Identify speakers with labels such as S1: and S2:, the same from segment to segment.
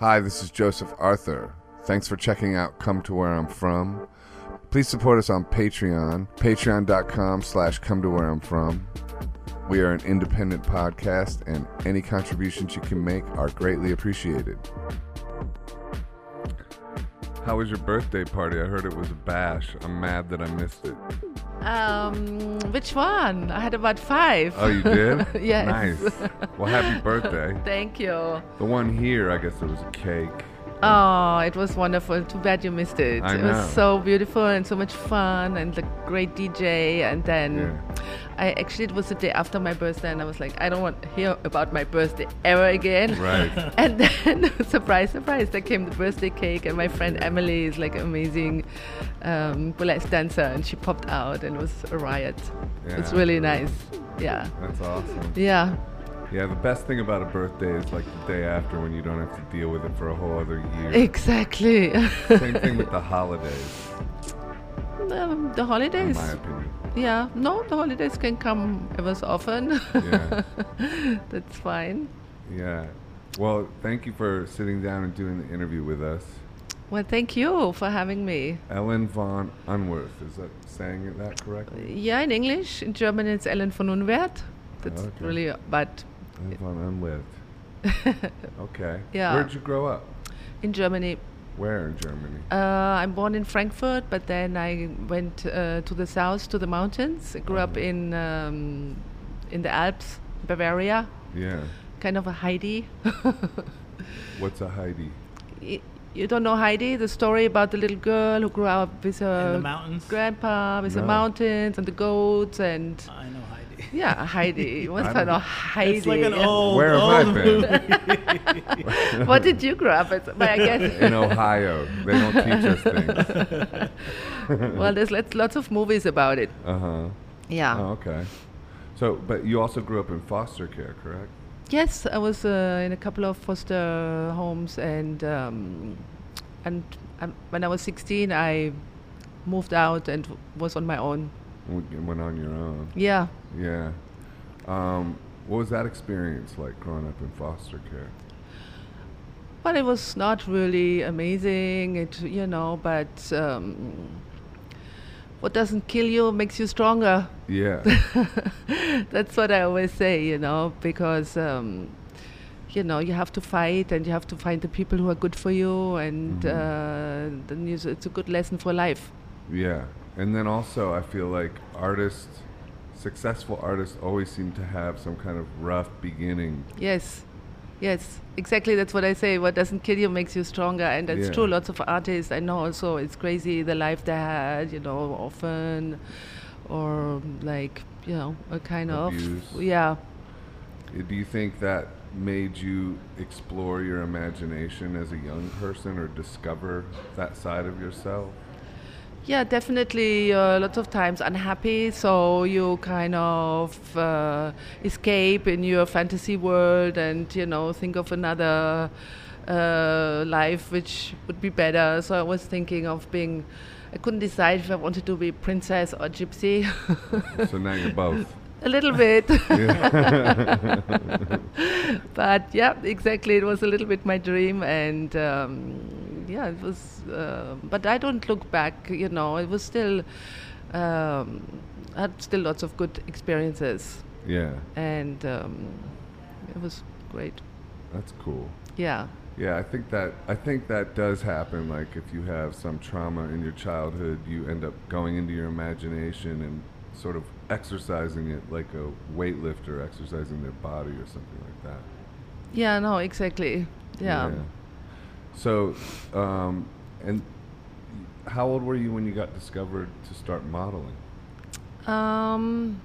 S1: Hi, this is Joseph Arthur. Thanks for checking out Come to Where I'm From. Please support us on Patreon, patreon.com slash come to where I'm from. We are an independent podcast, and any contributions you can make are greatly appreciated. How was your birthday party? I heard it was a bash. I'm mad that I missed it.
S2: Um, which one? I had about five.
S1: Oh, you did?
S2: Yes.
S1: Nice. Well, happy birthday.
S2: Thank you.
S1: The one here, I guess there was a cake.
S2: Oh, it was wonderful. Too bad you missed it.
S1: I
S2: it
S1: know.
S2: was so beautiful and so much fun and the great DJ. And then
S1: Yeah.
S2: I actually, it was the day after my birthday, and I was like, I don't want to hear about my birthday ever again.
S1: Right.
S2: And then, surprise, surprise, there came the birthday cake, and my friend Emily is like an amazing um, burlesque dancer, and she popped out, and it was a riot. It's
S1: Yeah.
S2: really nice. Yeah.
S1: That's awesome.
S2: Yeah.
S1: Yeah, the best thing about a birthday is like the day after when you don't have to deal with it for a whole other year.
S2: Exactly.
S1: Same thing with the holidays,
S2: um, the
S1: in
S2: holidays.
S1: my opinion.
S2: Yeah, no, the holidays can come ever so often.
S1: Yeah.
S2: That's fine.
S1: Yeah. Well, thank you for sitting down and doing the interview with us.
S2: Well, thank you for having me.
S1: Ellen von Unworth, is that saying it that correctly?
S2: Yeah, in English. In German, it's Ellen von Unwert. That's
S1: Okay.
S2: really, but
S1: Ellen von Unworth. Okay.
S2: Yeah.
S1: Where'd you grow up?
S2: in Germany,
S1: Where in Germany?
S2: uh, I'm born in Frankfurt, but then I went uh, to the south, to the mountains. I grew up
S1: Mhm.
S2: in um, in the Alps, Bavaria,
S1: Yeah.
S2: kind of a Heidi.
S1: What's a Heidi?
S2: Y- you don't know Heidi, the story about the little girl who grew up with
S3: In the
S2: her
S3: mountains.
S2: grandpa, with
S1: No.
S2: the mountains and the goats, and
S3: I know Heidi.
S2: yeah, Heidi. What's
S1: I
S2: that?
S1: don't-
S2: Oh, Heidi.
S3: It's like an old.
S1: Where have I
S3: old
S1: been?
S3: movie.
S2: what did you grow up with? But I
S1: In
S2: guess
S1: Ohio. They don't teach us things.
S2: well, there's lots, lots of movies about it. Uh,
S1: Uh huh.
S2: Yeah.
S1: Oh, okay. So, but you also grew up in foster care, correct?
S2: Yes, I was uh, in a couple of foster homes, and um, and um, when I was 16, I moved out and was on my own.
S1: When you went on your own.
S2: Yeah.
S1: Yeah. Um, what was that experience like growing up in foster care?
S2: Well, it was not really amazing, it, you know, but um, what doesn't kill you makes you stronger.
S1: Yeah.
S2: That's what I always say, you know, because, um, you know, you have to fight and you have to find the people who are good for you, and uh, then you, it's a good lesson for life.
S1: yeah. And then also, I feel like artists, successful artists, always seem to have some kind of rough beginning.
S2: Yes, yes, exactly. That's what I say. What doesn't kill you makes you stronger, and that's
S1: Yeah.
S2: true. Lots of artists I know also. It's crazy the life they had, you know, often, or like you know, a kind
S1: Abuse.
S2: of yeah.
S1: Uh, Do you think that made you explore your imagination as a young person or discover that side of yourself?
S2: Yeah, definitely. Uh, lots of times unhappy, so you kind of uh, escape in your fantasy world, and you know think of another uh, life which would be better. So I was thinking of being. I couldn't decide if I wanted to be princess or gypsy.
S1: so now you're both.
S2: a little bit,
S1: Yeah.
S2: but yeah, exactly. It was a little bit my dream, and um, yeah, it was. Uh, but I don't look back. You know, it was still. Um, I had still lots of good experiences,
S1: yeah.
S2: and um, it was great.
S1: That's cool.
S2: Yeah,
S1: Yeah, I think that I think that does happen. Like if you have some trauma in your childhood, you end up going into your imagination and sort of exercising it like a weightlifter exercising their body or something like that.
S2: yeah, no, exactly. Yeah,
S1: So, um, and how old were you when you got discovered to start modeling?
S2: Um,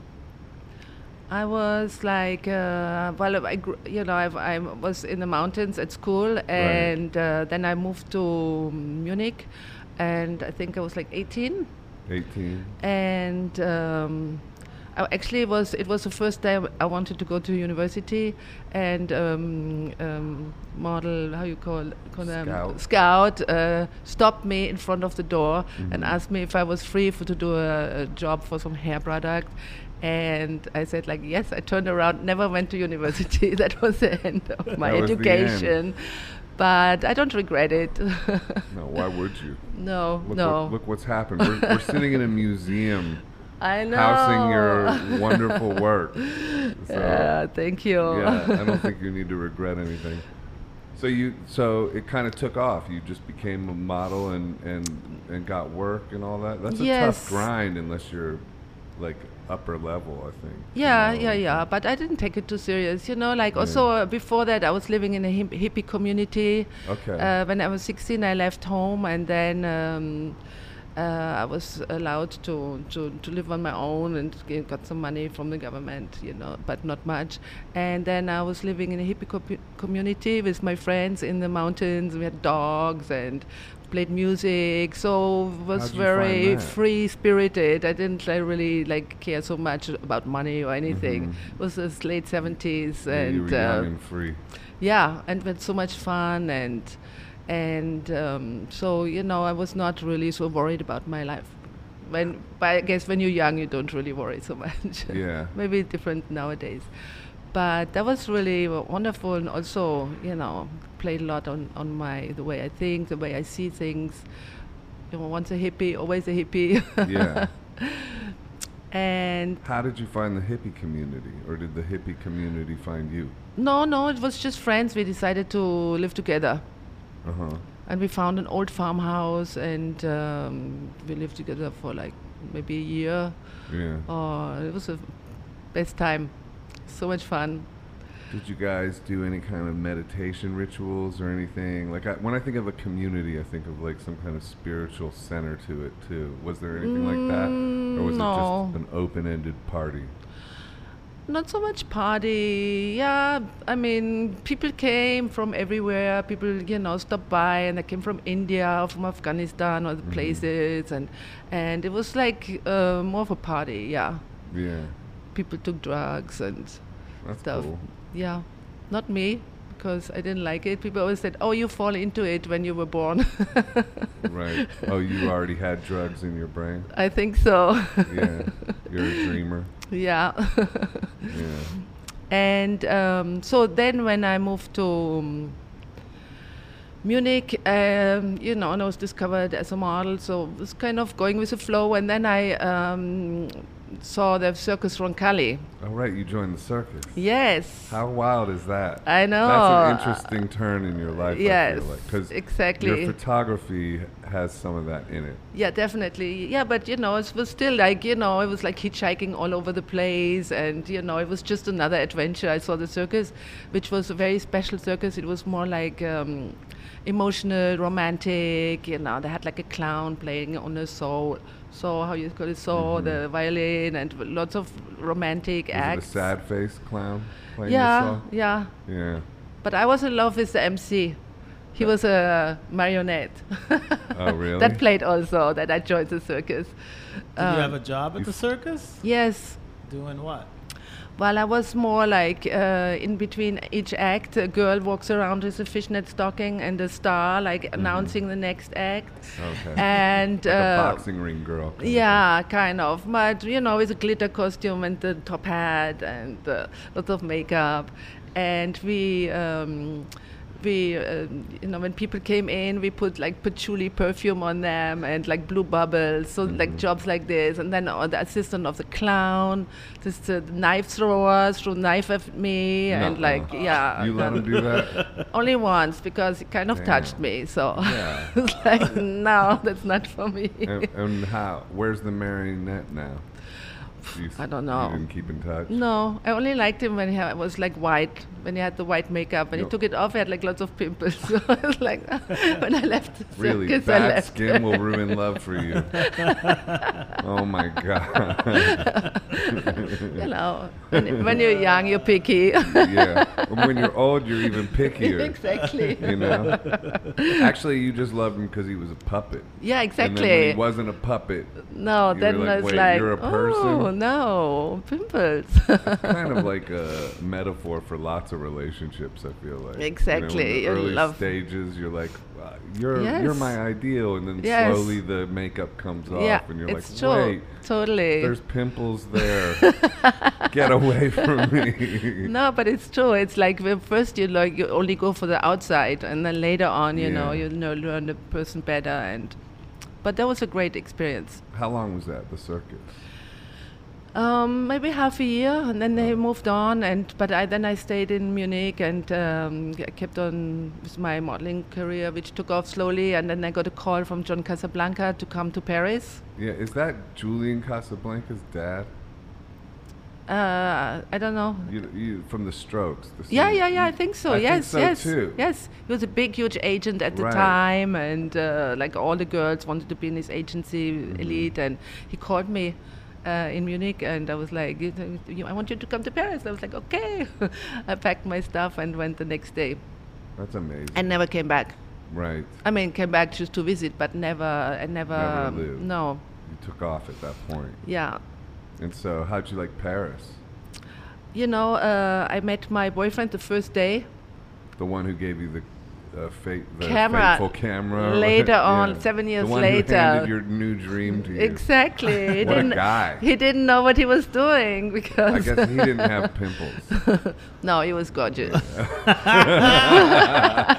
S2: I was like, uh, well, I grew, you know, I've, I was in the mountains at school, and uh, then I moved to Munich, and I think I was like 18,
S1: 18.
S2: and um, I actually was it was the first time I wanted to go to university and um, um, model how you call call them
S1: Scout.
S2: scout uh, stopped me in front of the door and
S1: Mhm.
S2: asked me if I was free for to do a, a job for some hair product. And I said, like, yes, I turned around, never went to university. that was the end of my
S1: That was the end.
S2: education. but I don't regret it.
S1: No, why would you?
S2: no,
S1: Look,
S2: no.
S1: What, look what's happened. We're, we're sitting in a museum
S2: I know.
S1: housing your wonderful work. So,
S2: yeah, thank you.
S1: yeah, I don't think you need to regret anything. So you, so it kind of took off. You just became a model and and and got work and all that. That's a tough
S2: Yes.
S1: grind unless you're like upper level, I think. you
S2: Yeah,
S1: know,
S2: yeah,
S1: and-
S2: yeah. But I didn't take it too serious, you know. Like
S1: Yeah.
S2: also uh, before that, I was living in a hip- hippie community.
S1: Okay.
S2: Uh, when I was 16, I left home, and then um, uh, I was allowed to, to to live on my own and g- got some money from the government, you know, but not much. And then I was living in a hippie co- community with my friends in the mountains. We had dogs and played music, so
S1: How'd
S2: was
S1: you find
S2: very
S1: that?
S2: free spirited. I didn't like, really like care so much about money or anything. It was this late 70s,
S1: Yeah, Mm-hmm. you were
S2: and
S1: young
S2: uh,
S1: and free.
S2: yeah, and we had so much fun and and um, so you know I was not really so worried about my life. When but I guess when you're young you don't really worry so much.
S1: Yeah.
S2: Maybe different nowadays. But that was really w- wonderful and also you know played a lot on on my the way I think, the way I see things. You know, once a hippie, always a hippie.
S1: Yeah.
S2: and
S1: How did you find the hippie community, or did the hippie community find you?
S2: no, no, it was just friends. We decided to live together.
S1: Uh huh.
S2: And we found an old farmhouse and um, we lived together for like maybe a year.
S1: Yeah.
S2: Oh, it was the best time. So much fun.
S1: Did you guys do any kind of meditation rituals or anything? Like I, when I think of a community, I think of like some kind of spiritual center to it too. Was there anything like that, or was
S2: Mm,
S1: it just
S2: no.
S1: an open-ended party?
S2: Not so much party. Yeah, I mean, people came from everywhere. People, you know, stopped by and they came from India, from Afghanistan, other places. And, and it was like uh, more of a party, yeah.
S1: Yeah,
S2: People took drugs and
S1: that's
S2: stuff.
S1: cool.
S2: Yeah, not me because I didn't like it. People always said, "Oh, you fall into it when you were born."
S1: right? Oh, you already had drugs in your brain.
S2: I think so.
S1: Yeah, you're a dreamer.
S2: yeah.
S1: Yeah,
S2: and um, so then when I moved to um, Munich, um, you know, and I was discovered as a model, so it was kind of going with the flow. And then I um, saw the Circus Roncalli.
S1: all right. You joined the circus.
S2: Yes.
S1: How wild is that?
S2: I
S1: That's
S2: know.
S1: an interesting turn in your life. I
S2: Yes,
S1: feel like. 'Cause
S2: exactly.
S1: Your photography has some of that in it.
S2: Yeah, definitely. Yeah, but you know, it was still like, you know, it was like hitchhiking all over the place and, you know, it was just another adventure. I saw the circus, which was a very special circus. It was more like um, emotional, romantic, you know, they had like a clown playing on a saw, saw how you call it, saw, the violin, and lots of romantic
S1: Is Mm-hmm. it a
S2: acts.
S1: sad face clown playing the
S2: yeah,
S1: song?
S2: yeah.
S1: Yeah.
S2: But I was in love with the MC. He was a marionette.
S1: Oh, really?
S2: that played also that I joined the circus.
S3: Did you
S2: Um,
S3: have a job at the circus?
S2: yes.
S3: Doing what?
S2: Well, I was more like uh, in between each act, a girl walks around with a fishnet stocking and a star, like announcing the next act.
S1: Okay.
S2: And
S1: Like a
S2: uh,
S1: boxing ring girl. kind of
S2: yeah,
S1: Mm-hmm.
S2: kind of. But you know, with a glitter costume and the top hat and uh, lots of makeup, and we. Um, we, um, you know, when people came in, we put like patchouli perfume on them and like blue bubbles, so
S1: Mm-hmm.
S2: like jobs like this. And then uh, the assistant of the clown, this uh, knife throwers threw knife at me, and
S1: Nuh-uh.
S2: like yeah,
S1: thing. You let
S2: and-
S1: him do that?
S2: only once because it kind of
S1: Damn.
S2: touched me. So
S1: Yeah.
S2: it's like no, that's not for me.
S1: and, and how? Where's the marionette now? You, s-
S2: I don't know.
S1: You didn't keep in touch.
S2: No, I only liked him when he ha- was like white, when he had the white makeup. When
S1: Yo-
S2: he took it off, he had like lots of pimples. so I was like, when I left the
S1: Really,
S2: circus, I
S1: bad
S2: left.
S1: skin will ruin love for you. oh my god!
S2: You know, when, when you're young, you're picky.
S1: yeah. And When you're old, you're even pickier.
S2: exactly.
S1: You know. Actually, you just loved him because he was a puppet.
S2: Yeah,
S1: And then when
S2: exactly.
S1: he wasn't a puppet.
S2: no,
S1: you were
S2: then
S1: like,
S2: I was
S1: "Wait,
S2: like,
S1: you're a person?"
S2: oh no, pimples.
S1: kind of like a metaphor for lots of relationships. I feel like You know, in the
S2: Exactly, you
S1: early
S2: love-
S1: stages, you're like, "Wow, you're you're
S2: Yes.
S1: my ideal, and then
S2: Yes.
S1: slowly the makeup comes off,
S2: yeah,
S1: and you're
S2: it's
S1: like,
S2: true.
S1: wait,
S2: Totally.
S1: there's pimples there. Get away from me.
S2: no, but it's true. It's like when first you like you only go for the outside, and then later on, you know,
S1: Yeah.
S2: you know, learn the person better. And but that was a great experience.
S1: How long was that? The circus.
S2: Um, maybe half a year, and then they moved on. And but I then I stayed in Munich and um, I kept on with my modeling career, which took off slowly. And then I got a call from John Casablanca to come to Paris.
S1: Yeah, is that Julian Casablanca's dad?
S2: Uh, I don't know.
S1: You, you from the Strokes? The
S2: Yeah,
S1: singer?
S2: yeah, yeah. I think so.
S1: I think
S2: yes,
S1: so,
S2: yes,
S1: too.
S2: yes. He was a big, huge agent at the
S1: Right.
S2: time, and uh, like all the girls wanted to be in his agency
S1: Mm-hmm.
S2: elite. And he called me uh, in Munich, and I was like, "You- you- "I want you to come to Paris." I was like, "Okay." I packed my stuff and went the next day,
S1: That's amazing.
S2: and never came back.
S1: right.
S2: I mean, came back just to visit, but never, I never,
S1: Never
S2: um,
S1: lived.
S2: no,
S1: You took off at that point.
S2: yeah.
S1: And so, how'd you like Paris?
S2: You know, uh, I met my boyfriend the first day.
S1: The one who gave you the. Uh, fate, the
S2: Camera.
S1: fateful camera.
S2: Later
S1: Yeah.
S2: on, seven years
S1: the one
S2: later.
S1: Who handed your new dream to you.
S2: Exactly. He
S1: What a
S2: didn't,
S1: guy.
S2: He didn't know what he was doing
S1: I
S2: because
S1: guess he didn't have pimples.
S2: no, he was gorgeous.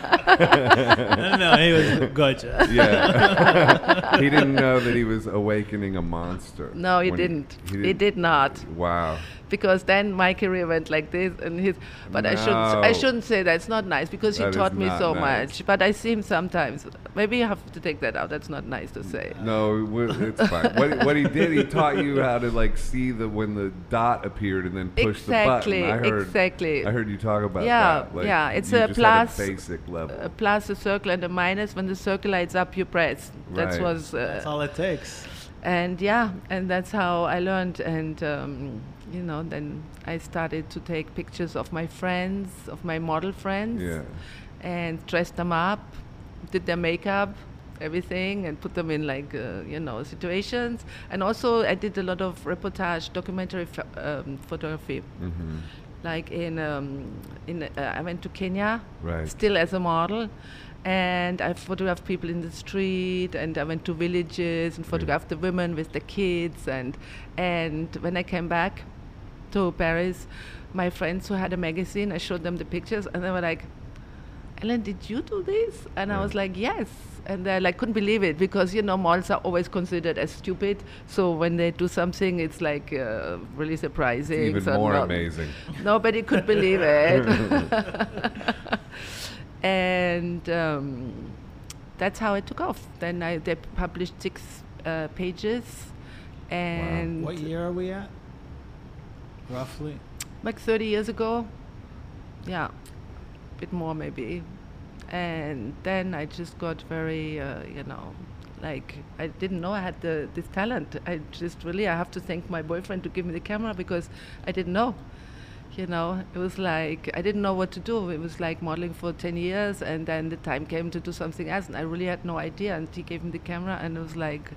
S3: no, no, he was gorgeous.
S1: Yeah. he didn't know that he was awakening a monster.
S2: No, he
S1: when
S2: didn't. He,
S1: didn't-
S2: did not
S1: Wow.
S2: because then my career went like this and his. But I shouldn't.
S1: No.
S2: I shouldn't say that's not nice because
S1: That
S2: he
S1: is
S2: taught me
S1: not
S2: so
S1: nice.
S2: much. But I see him sometimes. Maybe you have to take that out. That's not nice to say.
S1: No, it wa- it's fine. What, what he did, he taught you how to like see the when the dot appeared and then push
S2: Exactly,
S1: the button. I heard,
S2: exactly.
S1: I heard you talk about
S2: Yeah,
S1: that. Like,
S2: yeah, it's
S1: you
S2: a
S1: just had
S2: plus,
S1: basic level.
S2: A plus, a circle, and a minus. When the circle lights up, you press. That
S1: Right.
S2: was. Uh,
S3: That's all it takes.
S2: and yeah and that's how i learned and um, you know then i started to take pictures of my friends of my model friends
S1: Yeah.
S2: and dressed them up did their makeup everything and put them in like uh, you know situations and also i did a lot of reportage documentary pho- um, photography
S1: hmm
S2: like in um, in uh, I went to Kenya,
S1: Right.
S2: still as a model, and I photographed people in the street, and I went to villages and photographed the women with the kids, and and when I came back to Paris, my friends who had a magazine, I showed them the pictures, and they were like. Ellen, did you do this? And I
S1: Right.
S2: was like, yes. And they like couldn't believe it because you know models are always considered as stupid. So when they do something, it's like uh, really surprising.
S1: Even
S2: so
S1: more
S2: not-
S1: amazing.
S2: Nobody could believe it. and um, that's how it took off. Then I, they published six uh, pages. And
S3: What year are we at? Roughly.
S2: like 30 years ago. Yeah, a bit more maybe. And then I just got very, uh, you know, like I didn't know I had the, this talent. I just really, I have to thank my boyfriend to give me the camera because I didn't know. You know, it was like I didn't know what to do. It was like modeling for 10 years, and then the time came to do something else, and I really had no idea. And he gave me the camera, and it was like,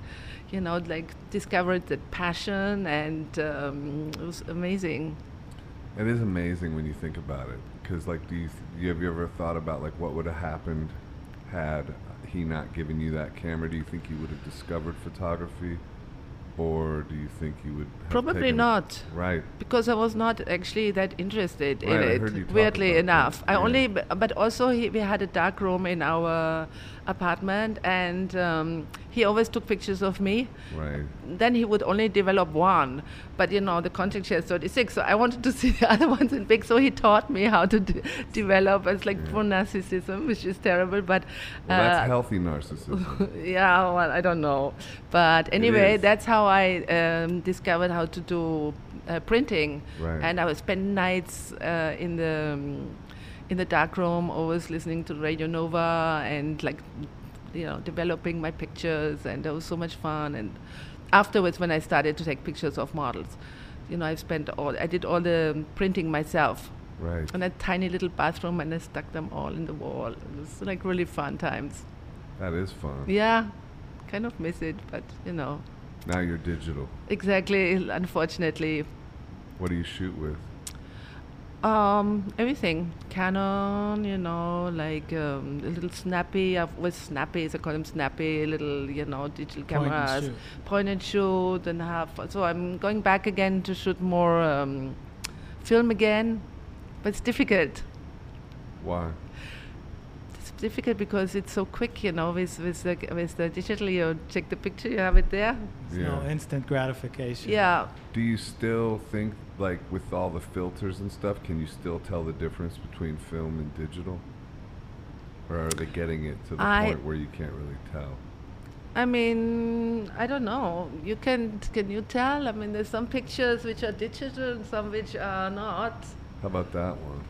S2: you know, like discovered that passion, and um, it was amazing.
S1: It is amazing when you think about it, because like, do you, th- you have you ever thought about like what would have happened had he not given you that camera? Do you think you would have discovered photography, or do you think you would have
S2: Probably
S1: taken it-
S2: not.
S1: Right.
S2: because I was not actually that interested in
S1: Right, I
S2: it.
S1: heard you talk about
S2: weirdly
S1: that.
S2: enough, I
S1: Yeah.
S2: only b- but also he, we had a dark room in our apartment, and um, he always took pictures of me.
S1: Right.
S2: Then he would only develop one, but you know the contact share is 36, so I wanted to see the other ones in big. So he taught me how to de- develop. It's like
S1: Yeah.
S2: for narcissism, which is terrible, but
S1: Well, that's
S2: uh,
S1: healthy narcissism.
S2: yeah, well, I don't know. But anyway,
S1: is.
S2: that's how I um, discovered how to do uh, printing.
S1: Right.
S2: And I would spend nights uh, in the um, in the dark room, always listening to Radio Nova and like you know developing my pictures, and that was so much fun. And afterwards, when I started to take pictures of models, you know, I spent all I did all the um, printing myself.
S1: right.
S2: In a tiny little bathroom, and I stuck them all in the wall. It was like really fun times.
S1: That is fun.
S2: Yeah, kind of miss it, but you know,
S1: Now you're digital.
S2: exactly. Unfortunately,
S1: What do you shoot with?
S2: Um, everything. Canon, you know, like um, a little snappy. I've always snappy, so I call them snappy. Little, you know, digital
S3: Point and
S2: cameras,
S3: shoot.
S2: point and shoot, and have. So I'm going back again to shoot more um, film again, but it's difficult.
S1: Why?
S2: It's difficult because it's so quick, you know. With with the with the digital, you take the picture, you have it there.
S3: There's no
S1: Yeah.
S3: instant gratification.
S2: Yeah.
S1: Do you still think, like, with all the filters and stuff, can you still tell the difference between film and digital? Or are they getting it to the
S2: I-
S1: point where you can't really tell?
S2: I mean, I don't know. You can can you tell? I mean, there's some pictures which are digital and some which are not.
S1: How about that one?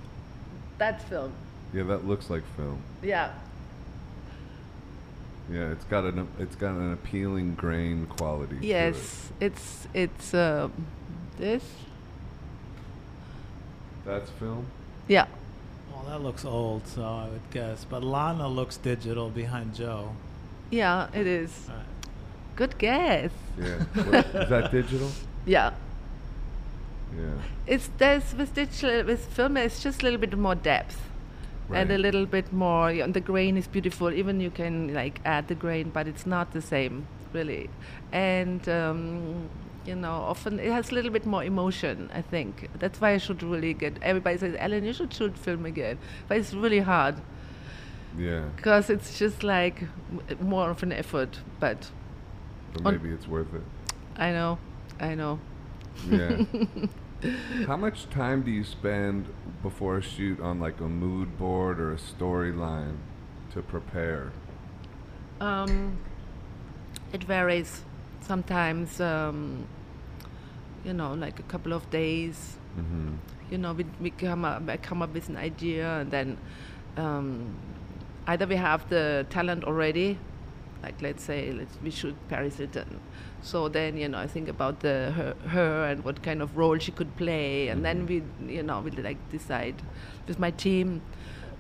S2: That film,
S1: Yeah, that looks like film.
S2: yeah,
S1: Yeah, it's got an it's got an appealing grain quality. to it.
S2: yes, it's it's uh, this,
S1: that's film.
S2: yeah,
S3: Well, that looks old, so I would guess. But Lana looks digital behind Joe.
S2: yeah, it is.
S3: All right.
S2: Good guess.
S1: Yeah, What- is that digital?
S2: Yeah,
S1: Yeah,
S2: it's there's with digital with film, it's just a little bit more depth. And a
S1: Right.
S2: little bit more, yeah, and the grain is beautiful. Even you can like add the grain, but it's not the same, really. And um, you know, often it has a little bit more emotion. I think that's why I should really get. Everybody says, "Ellen, you should shoot film again," but it's really hard
S1: yeah.
S2: because it's just like m- more of an effort. But
S1: But
S2: On-
S1: maybe it's worth it.
S2: I know, I know.
S1: Yeah. How much time do you spend before a shoot on like a mood board or a storyline to prepare?
S2: Um, it varies. Sometimes, um, you know, like a couple of days.
S1: Mm-hmm.
S2: You know, we, we come up, I come up with an idea, and then um, either we have the talent already, like let's say let's, we shoot Paris Hilton. So then, you know, I think about the her, her and what kind of role she could play, and then we, you know, we like decide with my team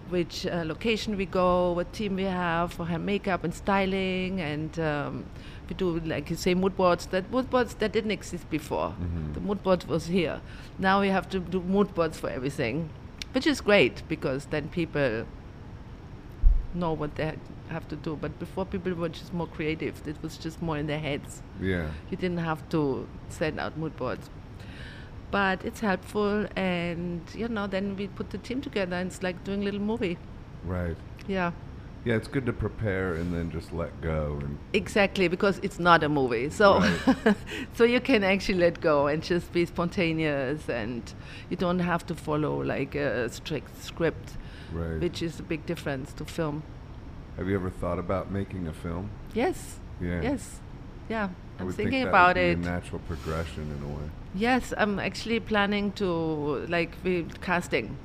S2: which uh, location we go, what team we have for her makeup and styling, and um, we do like you say mood boards. That mood boards that didn't exist before. The mood board was here. Now we have to do mood boards for everything, which is great because then people know what they have to do. But before people were just more creative. It was just more in their heads.
S1: Yeah.
S2: You didn't have to send out mood boards. But it's helpful and you know, then we put the team together and it's like doing a little movie.
S1: Right.
S2: Yeah.
S1: Yeah, it's good to prepare and then just let go and
S2: Exactly, because it's not a movie. So
S1: Right.
S2: so you can actually let go and just be spontaneous and you don't have to follow like a strict script,
S1: right.
S2: which is a big difference to film.
S1: Have you ever thought about making a film?
S2: Yes.
S1: Yeah.
S2: Yes. Yeah.
S1: I
S2: I'm
S1: would think
S2: thinking
S1: that
S2: about
S1: would be
S2: it.
S1: A natural progression in a way.
S2: Yes, I'm actually planning to like we casting.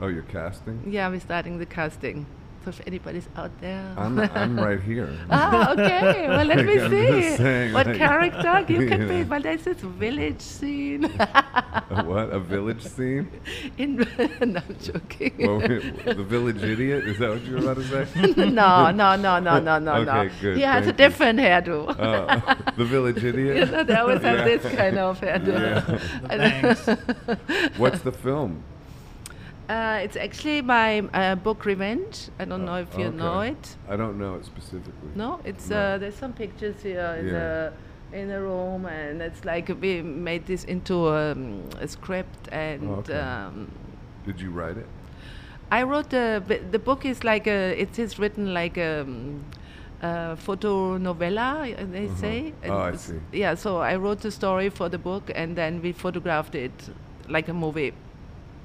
S1: Oh, you're casting?
S2: Yeah, we're starting the casting. So if anybody's out there.
S1: I'm, I'm right here.
S2: ah, okay. Well, let
S1: Like,
S2: me
S1: I'm
S2: see.
S1: just saying,
S2: what
S1: like-
S2: character you
S1: Yeah.
S2: can be? Well, there's this village scene.
S1: a what? A village scene?
S2: In no, I'm joking.
S1: What were you- the village idiot? Is that what you were about to say?
S2: no, no, no, no, no, no, no.
S1: Okay, good,
S2: He has
S1: thank
S2: a
S1: you.
S2: different hairdo.
S1: Oh, the village
S2: you
S1: idiot?
S2: know, they always have
S1: Yeah.
S2: this kind of hairdo.
S1: Yeah.
S3: The
S2: I don't-
S3: bangs.
S1: What's the film?
S2: Uh, it's actually my uh, book Revenge. I don't know if you
S1: Oh, Okay.
S2: know it.
S1: I don't know it specifically.
S2: No, it's
S1: No.
S2: Uh, there's some pictures here in
S1: Yeah.
S2: the in the room, and it's like we made this into um, a script, and
S1: Oh, okay.
S2: um,
S1: Did you write it?
S2: I wrote the b- the book is like a it is written like a, um, a photo novella uh, they
S1: Mhm.
S2: say.
S1: Oh,
S2: and
S1: I
S2: it's-
S1: see.
S2: Yeah, so I wrote the story for the book, and then we photographed it like a movie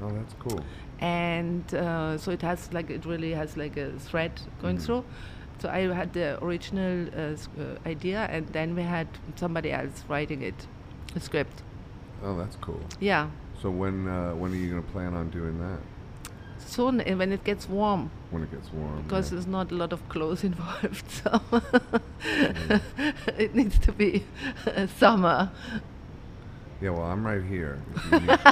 S1: Oh, that's cool.
S2: and uh, so it has like it really has like a thread going
S1: Mm-hmm.
S2: through so i had the original uh, s- uh, idea and then we had somebody else writing it the script
S1: Oh, that's cool.
S2: yeah
S1: So when uh, when are you going to plan on doing that?
S2: soon uh, when it gets warm
S1: When it gets warm.
S2: because
S1: yeah.
S2: there's not a lot of clothes involved so
S1: Mm-hmm.
S2: it needs to be summer
S1: Yeah, well, I'm right here. If you need-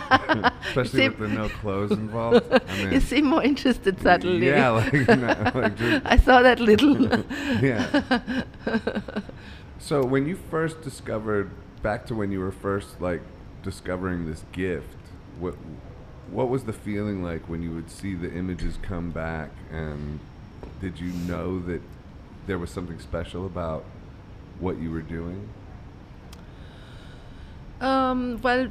S1: Especially
S2: See-
S1: with the no clothes involved. Oh, I mean,
S2: you seem more interested suddenly
S1: Yeah, like, no, like just,
S2: i saw that little
S1: yeah. So when you first discovered, back to when you were first like discovering this gift, what What was the feeling like when you would see the images come back? And did you know that there was something special about what you were doing?
S2: Um, well,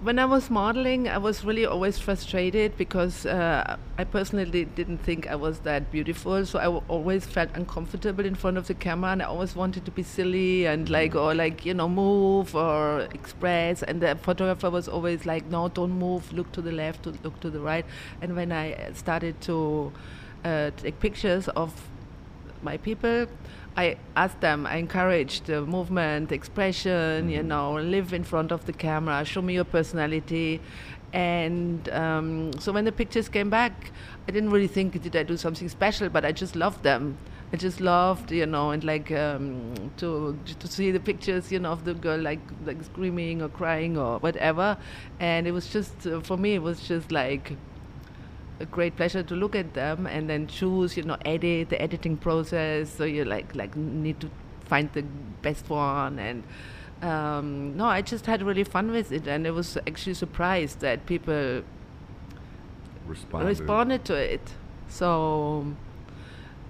S2: when I was modeling, I was really always frustrated because uh, I personally didn't think I was that beautiful. So I w- always felt uncomfortable in front of the camera, and I always wanted to be silly and like or like you know move or express. And the photographer was always like, "No, don't move. Look to the left. to- Look to the right." And when I uh, started to uh, take pictures of my people i asked them i encouraged the movement expression you know live in front of the camera show me your personality and um, so when the pictures came back i didn't really think did i do something special but i just loved them i just loved you know and like um, to to see the pictures you know of the girl like like screaming or crying or whatever and it was just uh, for me it was just like a great pleasure to look at them and then choose, you know, edit the editing process. So you like like need to find the best one and um, no, I just had really fun with it and I was actually surprised that people
S1: Responded.
S2: responded to it. So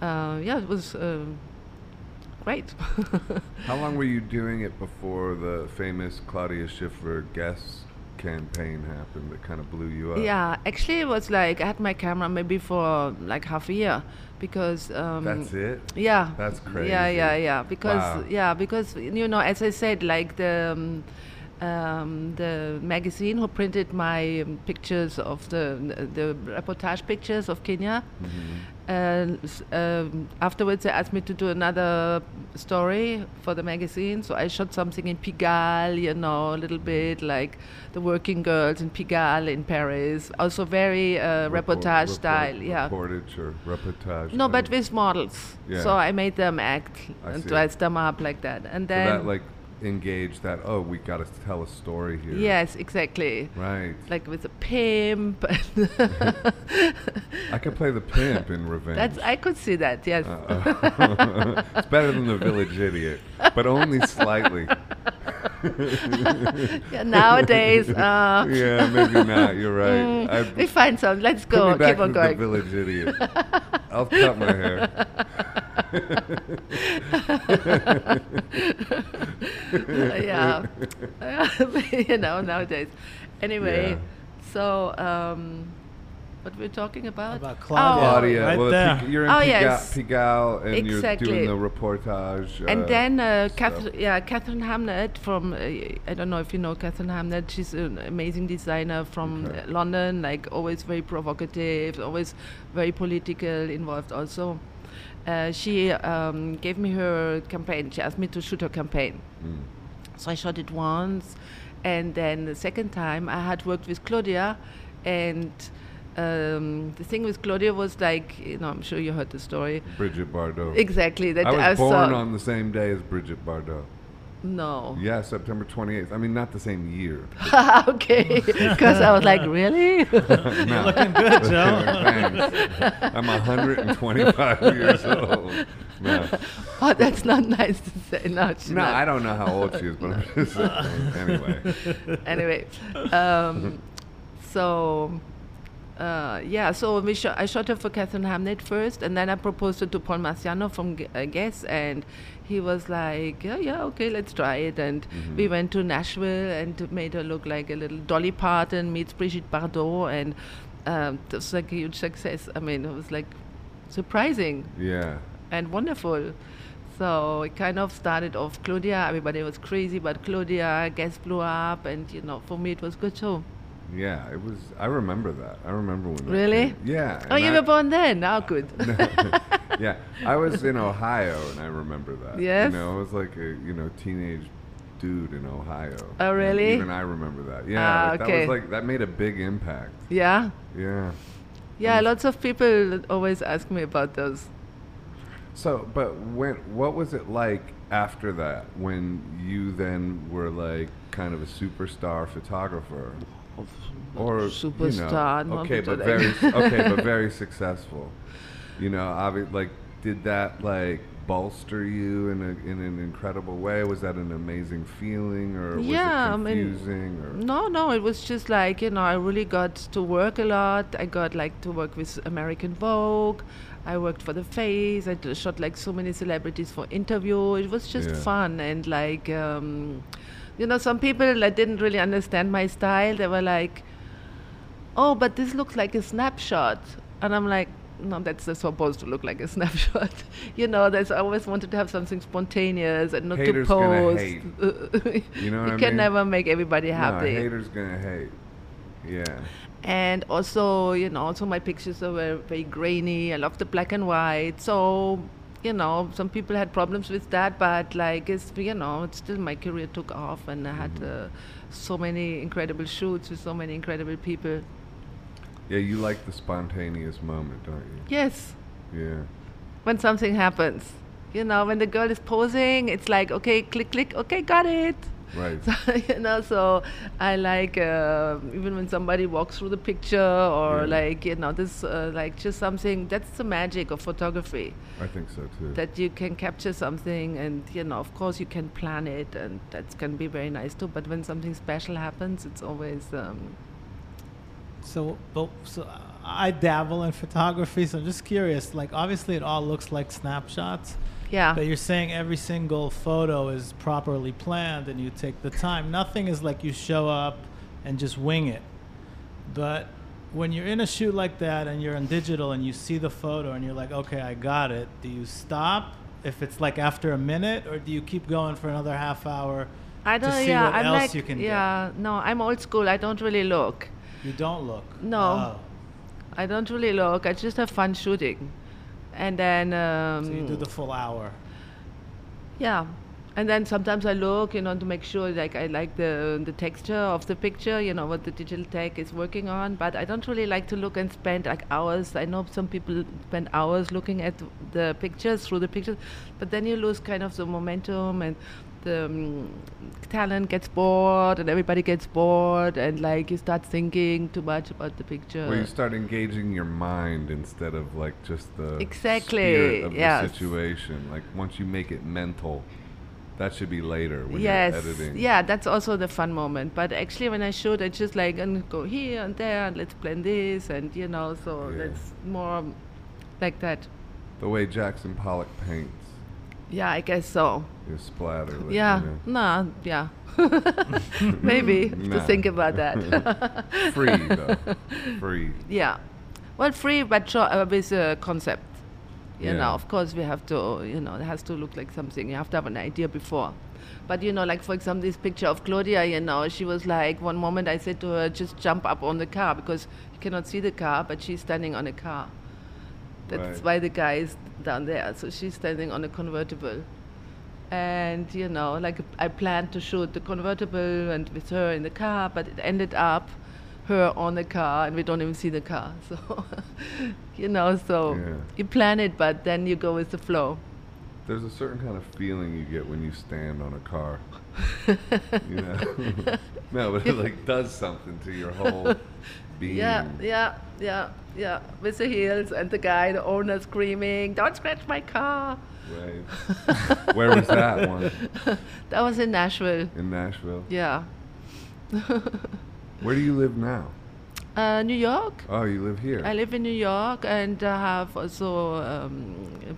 S2: uh, yeah, it was um great.
S1: How long were you doing it before the famous Claudia Schiffer guest campaign happened that kind of blew you up?
S2: yeah, actually, it was like I had my camera maybe for like half a year because um,
S1: That's it?
S2: Yeah.
S1: That's
S2: Yeah, yeah,
S1: crazy.
S2: yeah. Because
S1: Wow.
S2: yeah, because you know, as I said, like the um, um, the magazine who printed my um, pictures of the the reportage pictures of Kenya.
S1: Mm-hmm.
S2: And s- um, afterwards, they asked me to do another story for the magazine. So I shot something in Pigalle, you know, a little bit like the working girls in Pigalle in Paris. Also, very uh,
S1: Report-
S2: reportage
S1: report-
S2: style. Yeah.
S1: Reportage or reportage.
S2: No, but
S1: thing.
S2: with models.
S1: Yeah.
S2: So I made them act
S1: I
S2: and
S1: see.
S2: dress them up like that. And
S1: So
S2: then.
S1: that like engaged that, oh, we got to tell a story here.
S2: Yes, exactly.
S1: Right.
S2: Like with a pimp.
S1: I could play the pimp in Revenge.
S2: That's I could see that, yes.
S1: Uh, it's better than the village idiot, but only slightly.
S2: Yeah, nowadays, uh, mm,
S1: yeah, maybe not. You're right. I-
S2: we find some. Let's
S1: put me
S2: go.
S1: back
S2: Keep on
S1: to
S2: going.
S1: the village idiot. I'll cut my hair.
S2: yeah. you know, nowadays. Anyway, so um, what we're talking about?
S3: About
S2: Oh,
S3: Claudia.
S1: Claudia,
S3: Right
S1: well,
S3: there.
S1: Pig- you're in
S2: Oh,
S1: Piga-
S2: yes.
S1: Pigalle, and you're
S2: Exactly.
S1: doing the reportage. uh,
S2: and then uh,
S1: stuff.
S2: Catherine, yeah, Catherine Hamnett from uh, I don't know if you know Catherine Hamnett. She's an amazing designer from
S1: Okay.
S2: uh, London. Like always very provocative, always very political involved. Also, uh, she um, gave me her campaign. She asked me to shoot her campaign.
S1: Mm.
S2: So I shot it once, and then the second time I had worked with Claudia, and um, the thing with Claudia was like, you know, I'm sure you heard the story.
S1: Bridget Bardot.
S2: Exactly. That
S1: I was born
S2: saw-
S1: on the same day as Bridget Bardot.
S2: No.
S1: Yeah, September 28th. I mean, not the same year.
S2: okay. Because I was like, really?
S1: No.
S3: You're looking good, Joe.
S1: Thanks. I'm 125 years old. No,
S2: oh, that's not nice to say. No, it's
S1: no
S2: not.
S1: I don't know how old she is, but I'm just saying. Anyway.
S2: anyway, um, so uh, yeah, so we sho- I shot her for Catherine Hamnet first, and then I proposed it to Paul Marciano from G- uh, Guess, and he was like, yeah, yeah, okay, let's try it. And
S1: Mm-hmm.
S2: we went to Nashville and made her look like a little Dolly Parton meets Brigitte Bardot, and um, it was like a huge success. I mean, it was like surprising
S1: Yeah.
S2: and wonderful. So it kind of started off Claudia. Everybody was crazy about Claudia. Guess blew up, and you know, for me it was good too.
S1: Yeah, it was. I remember that. I remember when. that
S2: Really?
S1: came. Yeah.
S2: oh,
S1: and
S2: you
S1: I-
S2: were born then. Oh, good.
S1: yeah, I was in Ohio, and I remember that.
S2: Yes?
S1: You know, I was like a you know teenage dude in Ohio.
S2: Oh,
S1: and
S2: really?
S1: Even I remember that. Yeah.
S2: Ah,
S1: like,
S2: okay.
S1: That was like that made a big impact.
S2: yeah,
S1: Yeah.
S2: yeah. Lots of people always ask me about those.
S1: So, but when what was it like after that when you then were like kind of a superstar photographer? Or
S2: superstar,
S1: you know,
S2: not
S1: okay, but
S2: today.
S1: very okay, but very successful. You know, obvi- like did that like bolster you in, a, in an incredible way? Was that an amazing feeling, or was
S2: Yeah, I
S1: it
S2: mean,
S1: confusing? or
S2: No, no, it was just like, you know, I really got to work a lot. I got like to work with American Vogue. I worked for The Face. I d- shot like so many celebrities for interview. It was just
S1: Yeah.
S2: fun and like, um, you know, some people that didn't really understand my style, they were like, oh, but this looks like a snapshot. And I'm like, no, that's not supposed to look like a snapshot. you know, that's, I always wanted to have something spontaneous and not
S1: Haters
S2: to
S1: gonna
S2: pose.
S1: hate.
S2: you
S1: You know what I
S2: can
S1: mean?
S2: never make everybody happy.
S1: No, a haters gonna hate. Yeah.
S2: and also, you know, also my pictures were very grainy. I love the black and white. So, you know, some people had problems with that, but like it's you know, it's still my career took off, and I had
S1: Mm-hmm.
S2: uh, so many incredible shoots with so many incredible people.
S1: Yeah, you like the spontaneous moment, don't you?
S2: Yes.
S1: Yeah.
S2: when something happens. You know, when the girl is posing, it's like, okay, click, click, okay, got it.
S1: Right.
S2: So, you know, so I like, uh, even when somebody walks through the picture or
S1: Yeah.
S2: like, you know, this, uh, like just something, that's the magic of photography,
S1: I think so too.
S2: that you can capture something and, you know, of course you can plan it and that can be very nice too. But when something special happens, it's always, um,
S3: So, but so I dabble in photography, so I'm just curious. Like, obviously, it all looks like snapshots,
S2: yeah.
S3: but you're saying every single photo is properly planned and you take the time. Nothing is like you show up and just wing it. But when you're in a shoot like that and you're on digital and you see the photo and you're like, okay, I got it. Do you stop if it's like after a minute, or do you keep going for another half hour?
S2: I don't,
S3: to see
S2: yeah,
S3: what
S2: I'm
S3: else
S2: like,
S3: you can
S2: yeah, no, I'm old school. I don't really look.
S3: get. You don't look.
S2: No.
S3: Oh.
S2: I don't really look. I just have fun shooting, and then um,
S3: So you do the full hour.
S2: yeah, and then sometimes I look, you know, to make sure like I like the the texture of the picture, you know, what the digital tech is working on. But I don't really like to look and spend like hours. I know some people spend hours looking at the pictures through the pictures, but then you lose kind of the momentum and. The um, talent gets bored, and everybody gets bored, and like you start thinking too much about the picture.
S1: Where you start engaging your mind instead of like just the
S2: Exactly,
S1: spirit of the
S2: yes.
S1: situation. Like once you make it mental, that should be later when
S2: yes,
S1: you're editing.
S2: yeah, that's also the fun moment. But actually, when I shoot, I just like and go here and there and let's plan this and you know, so
S1: Yeah.
S2: that's more like that.
S1: The way Jackson Pollock paints
S2: Yeah, I guess so.
S1: is splatter. like, you
S2: yeah,
S1: know.
S2: nah, yeah, maybe have to
S1: Nah.
S2: think about that.
S1: Free though. Free.
S2: yeah, well, free but sure, uh, with a concept. You
S1: Yeah.
S2: know, of course, we have to, you know, it has to look like something. You have to have an idea before. But, you know, like, for example, this picture of Claudia, you know, she was like, one moment I said to her, just jump up on the car because you cannot see the car, but she's standing on a car. That's
S1: Right.
S2: why the guy is down there. So she's standing on a convertible. And, you know, like, I planned to shoot the convertible and with her in the car, but it ended up her on the car and we don't even see the car. So, you know, so
S1: Yeah.
S2: you plan it, but then you go with the flow.
S1: There's a certain kind of feeling you get when you stand on a car. you know? no, but it like does something to your whole being.
S2: Yeah, yeah, yeah, yeah. With the heels and the guy, the owner screaming, "Don't scratch my car!"
S1: Right. Where was that one?
S2: That was in Nashville.
S1: In Nashville.
S2: Yeah,
S1: Where do you live now?
S2: uh, New York.
S1: Oh, you live here.
S2: I live in New York and I have also um,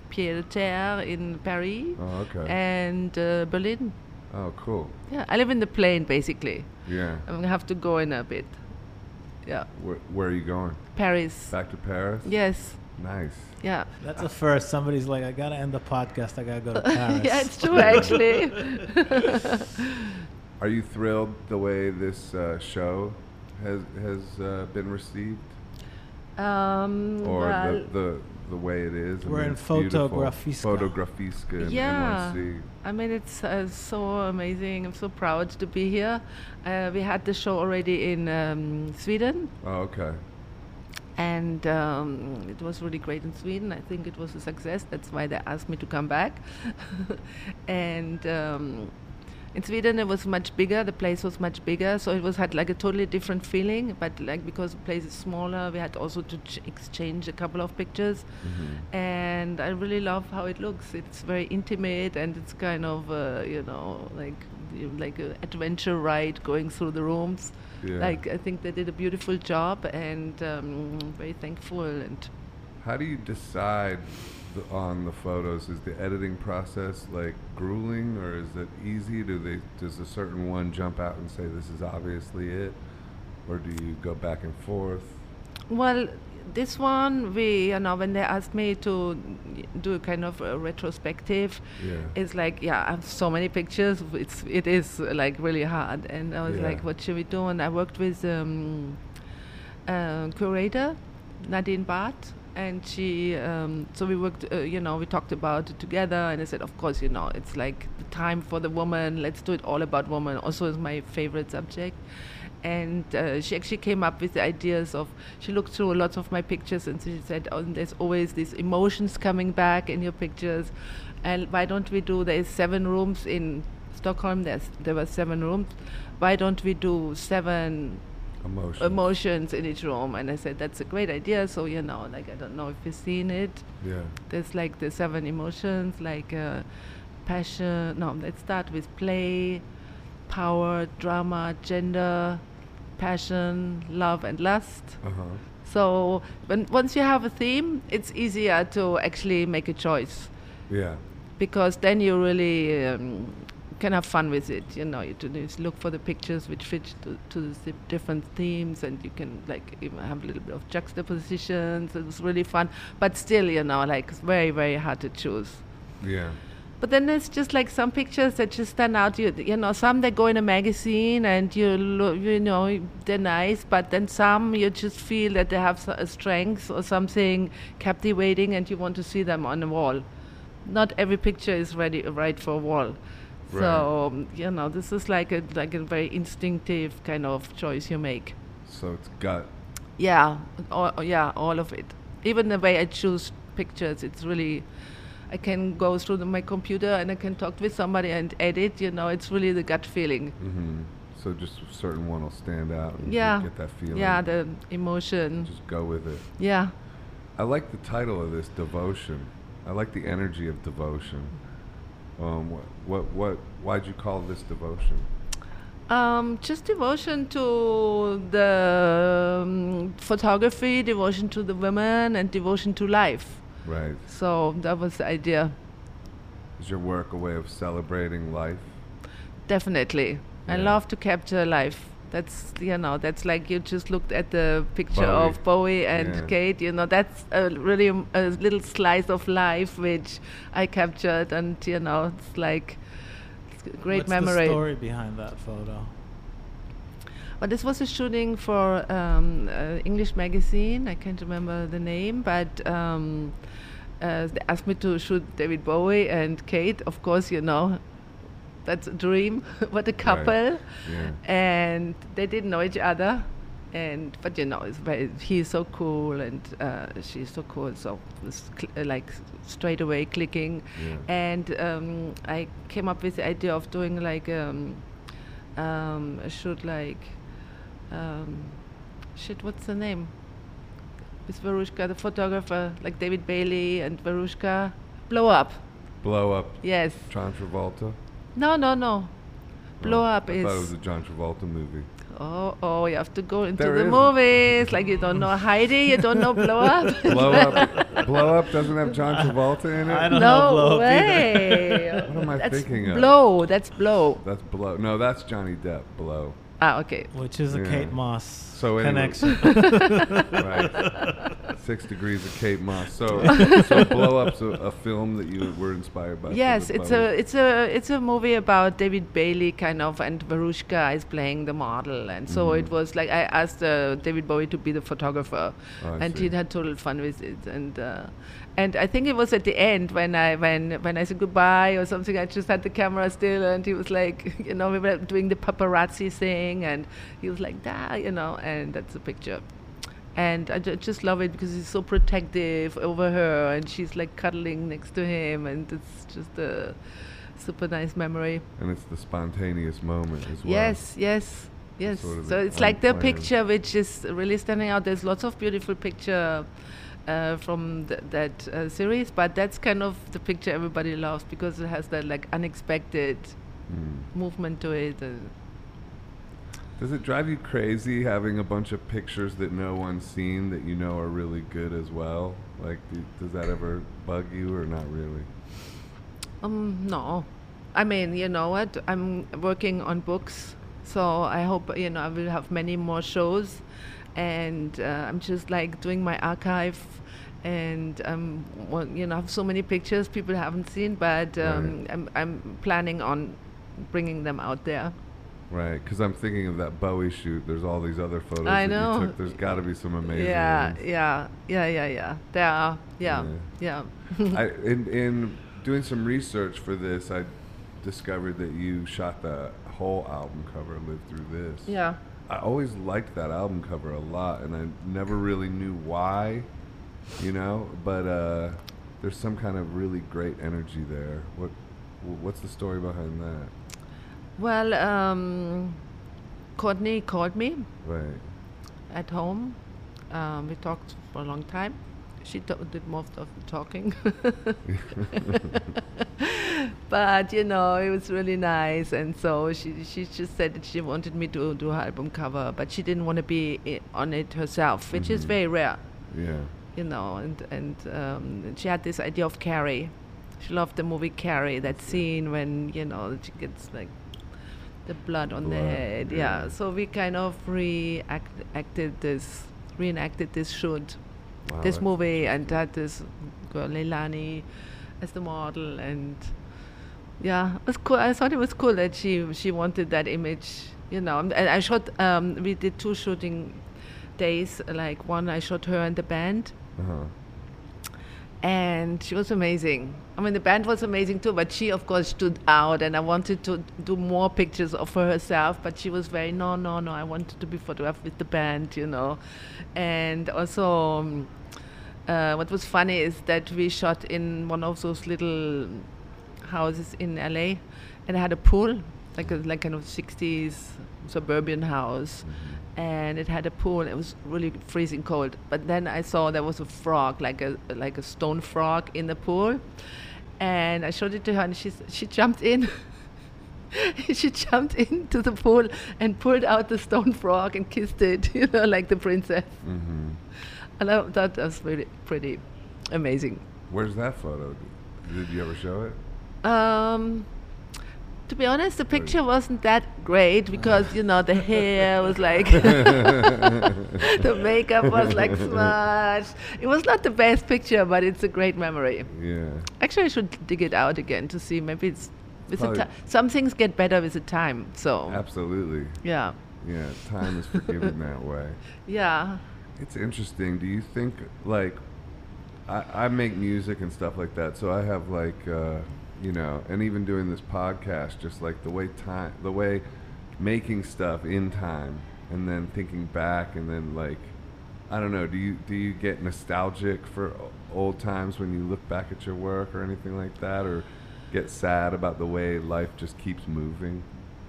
S2: Pierre Terre in Paris
S1: oh, okay.
S2: and uh, Berlin.
S1: Oh, cool.
S2: Yeah, I live in the plain basically.
S1: Yeah.
S2: I'm gonna have to go in a bit. Yeah,
S1: Where, where are you going?
S2: Paris.
S1: Back to Paris?
S2: Yes.
S1: Nice.
S2: Yeah.
S3: That's a first. Somebody's like, I gotta end the podcast. I gotta go to Paris.
S2: yeah, it's true actually.
S1: Are you thrilled the way this uh, show has has uh, been received,
S2: um,
S1: or
S2: well,
S1: the, the the way it is? I
S3: We're
S1: mean,
S3: in
S1: it's beautiful.
S3: Fotografiska.
S1: Fotografiska in
S2: Yeah.
S1: NYC.
S2: I mean, it's uh, so amazing. I'm so proud to be here. Uh, we had the show already in um, Sweden,
S1: Oh, okay.
S2: and um, it was really great in Sweden. I think it was a success. That's why they asked me to come back. and um, In Sweden, it was much bigger. The place was much bigger, so it was had like a totally different feeling. But like because the place is smaller, we had also to ch- exchange a couple of pictures,
S1: Mm-hmm.
S2: and I really love how it looks. It's very intimate, and it's kind of uh, you know like you- like an adventure ride going through the rooms.
S1: Yeah.
S2: Like I think they did a beautiful job, and um, very thankful and.
S1: How do you decide the, on the photos? Is the editing process like grueling, or is it easy? Do they does a certain one jump out and say this is obviously it, or do you go back and forth?
S2: Well, this one, we, you know, when they asked me to do a kind of a retrospective,
S1: Yeah.
S2: it's like, yeah, I have so many pictures. It's, it is uh, like really hard. And I was
S1: Yeah.
S2: like, what should we do? And I worked with um, uh, curator, Nadine Barth. And she, um, so we worked, uh, you know, we talked about it together. And I said, of course, you know, it's like the time for the woman. Let's do it all about woman. Also, is my favorite subject and uh, she actually came up with the ideas of she looked through lots of my pictures and she said oh, and there's always these emotions coming back in your pictures and why don't we do there's seven rooms in stockholm there's, there were seven rooms why don't we do seven
S1: Emotion.
S2: emotions in each room and i said that's a great idea so you know like i don't know if you've seen it
S1: Yeah.
S2: there's like the seven emotions like uh, passion no let's start with play power drama gender passion love and lust
S1: Uh huh.
S2: so when, once you have a theme it's easier to actually make a choice
S1: Yeah.
S2: because then you really um, can have fun with it. You know, you do- just look for the pictures which fit to, to the different themes, and you can like even have a little bit of juxtapositions. It was really fun, but still, you know, like it's very very hard to choose.
S1: Yeah.
S2: But then there's just like some pictures that just stand out. You, you know, some they go in a magazine and you lo- you know they're nice, but then some you just feel that they have s- a strength or something captivating, and you want to see them on a wall. Not every picture is ready right for a wall. So um, you know, this is like a like a very instinctive kind of choice you make.
S1: So it's gut.
S2: Yeah, all, yeah, all of it. Even the way I choose pictures, it's really. I can go through the, my computer and I can talk with somebody and edit. You know, it's really the gut feeling.
S1: hmm So just a certain one will stand out and you
S2: Yeah.
S1: get that feeling.
S2: Yeah, the emotion.
S1: just go with it.
S2: Yeah,
S1: I like the title of this devotion. I like the energy of devotion. Um, what, what, what, why'd you call this devotion?
S2: um, just devotion to the um, photography, devotion to the women, and devotion to life.
S1: Right.
S2: So that was the idea.
S1: Is your work a way of celebrating life?
S2: Definitely. I
S1: Yeah.
S2: love to capture life. That's you know, that's like you just looked at the picture
S1: Bowie.
S2: of Bowie and
S1: Yeah.
S2: Kate, you know, that's a really m- a little slice of life which I captured and you know, it's like it's a great
S3: What's
S2: memory.
S3: The story behind that photo.
S2: But this was a shooting for um, uh, English magazine. I can't remember the name, but um, uh, they asked me to shoot David Bowie and Kate. Of course, you know, that's a dream. what a couple!
S1: Yeah.
S2: And they didn't know each other, and but you know, it's very, he's so cool and uh, she's so cool. So it was cl- uh, like s- straight away clicking,
S1: Yeah.
S2: and um, I came up with the idea of doing like um, um, a shoot like um, shit. What's the name? With Verushka, the photographer, like David Bailey and Verushka, blow up.
S1: Blow up
S2: Yes.
S1: John Travolta?
S2: No, no, no. Blow
S1: Oh,
S2: up
S1: I
S2: is.
S1: thought it was a John Travolta movie.
S2: Oh, oh, you have to go into
S1: There
S2: the
S1: is-
S2: movies. Like you don't know Heidi, you don't know Blow Up.
S1: Blow up, blow up doesn't have John Travolta in it.
S3: I don't know Blow
S2: no
S3: Up either.
S2: way.
S1: What am I
S2: that's
S1: thinking of?
S2: blow. That's blow.
S1: That's blow. No, that's Johnny Depp. Blow.
S2: Ah, okay.
S3: Which is a
S1: Yeah.
S3: Kate Moss
S1: So anyway.
S3: connection.
S1: right. Six degrees of Cape Moss. So, so blow up's a, a film that you were inspired by. for
S2: Yes,
S1: the
S2: it's
S1: Bowie.
S2: a it's a it's a movie about David Bailey kind of, and Varushka is playing the model, and so
S1: Mm-hmm.
S2: it was like I asked uh, David Bowie to be the photographer,
S1: Oh, I
S2: and
S1: see.
S2: he had total fun with it, and uh, and I think it was at the end when I when when I said goodbye or something, I just had the camera still, and he was like, you know, we were doing the paparazzi thing, and he was like, da, you know, and that's the picture. And I ju- just love it because he's so protective over her, and she's like cuddling next to him, and it's just a super nice memory.
S1: And it's the spontaneous moment as well.
S2: Yes, yes, yes.
S1: Sort of
S2: so
S1: an
S2: it's like the
S1: unplanned-
S2: picture which is really standing out. There's lots of beautiful picture uh, from th- that uh, series, but that's kind of the picture everybody loves because it has that like unexpected
S1: Mm.
S2: movement to it. And
S1: Does it drive you crazy having a bunch of pictures that no one's seen that you know are really good as well? Like, do, does that ever bug you or not really?
S2: Um, no. I mean, you know what? I'm working on books, so I hope, you know, I will have many more shows. And uh, I'm just like doing my archive, and um, well, you know, I have so many pictures people haven't seen, but um,
S1: Right.
S2: I'm, I'm planning on bringing them out there.
S1: Right, because I'm thinking of that Bowie shoot. There's all these other photos
S2: I
S1: that
S2: know.
S1: you took. There's got to be some amazing
S2: yeah,
S1: ones.
S2: yeah, yeah, yeah, yeah. There are, yeah, yeah.
S1: I, in, in doing some research for this, I discovered that you shot the whole album cover, Live Through This.
S2: yeah.
S1: I always liked that album cover a lot, and I never really knew why, you know. But uh, there's some kind of really great energy there. What, wh- what's the story behind that?
S2: Well, um, Courtney called me
S1: Right.
S2: at home. Um, we talked for a long time. She t- did most of the talking. but you know, it was really nice, and so she she just said that she wanted me to do her album cover, but she didn't want to be i- on it herself, which is
S1: Mhm.
S2: very rare,
S1: Yeah.
S2: you know. And and um, and she had this idea of Carrie. She loved the movie Carrie. That scene when you know she gets like the blood on the
S1: Blood,
S2: head.
S1: yeah.
S2: Yeah. So we kind of reenacted this, reenacted this shoot,
S1: Wow,
S2: this
S1: Oh, that's-
S2: movie, and had this girl Leilani as the model, and yeah, it was cool. I thought it was cool that she she wanted that image, you know. And I shot. Um, we did two shooting days. Like one, I shot her and the band
S1: Uh-huh.
S2: and she was amazing. I mean, the band was amazing too, but she, of course, stood out, and I wanted to do more pictures of her herself. But she was very no, no, no. I wanted to be photographed with the band, you know. And also, um, uh, what was funny is that we shot in one of those little houses in LA, and I had a pool, like a like kind of '60s suburban house,
S1: mm-hmm,
S2: and it had a pool. It was really freezing cold. But then I saw there was a frog, like a like a stone frog in the pool, and I showed it to her, and she s- she jumped in. she jumped into the pool and pulled out the stone frog and kissed it, you know, like the princess.
S1: hmm
S2: And I thought that was really pretty amazing.
S1: Where's that photo? Did you ever show it?
S2: Um, to be honest, the picture wasn't that great because you know the hair was like the makeup was like smudged. It was not the best picture, but it's a great memory.
S1: Yeah.
S2: Actually, I should dig it out again to see. Maybe it's with the
S1: Probably-
S2: ti- some things get better with the time. So
S1: Absolutely.
S2: yeah,
S1: Yeah. Time is forgiving that way.
S2: yeah.
S1: It's interesting. Do you think like I, I make music and stuff like that, so I have like uh, you know, and even doing this podcast, just like the way time, the way making stuff in time, and then thinking back, and then like I don't know. Do you do you get nostalgic for o- old times when you look back at your work or anything like that, or get sad about the way life just keeps moving?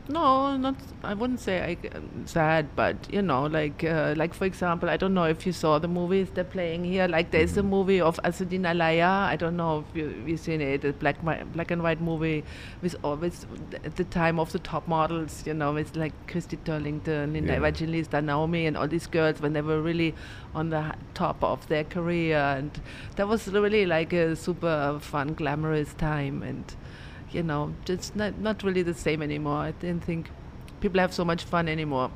S2: No, not. I wouldn't say I g- um, sad, but you know, like uh, like for example, I don't know if you saw the movies they're playing here. Like there's a movie of Asadin Alaya. I don't know if you you seen it. A black mi- black and white movie with always at the time of the top models. You know, it's like Christy Turlington, Linda
S1: Yeah.
S2: Evangelista, Naomi, and all these girls when they were really on the h- top of their career, and that was really like a super fun, glamorous time and you know, it's not, not really the same anymore. I didn't think people have so much fun anymore.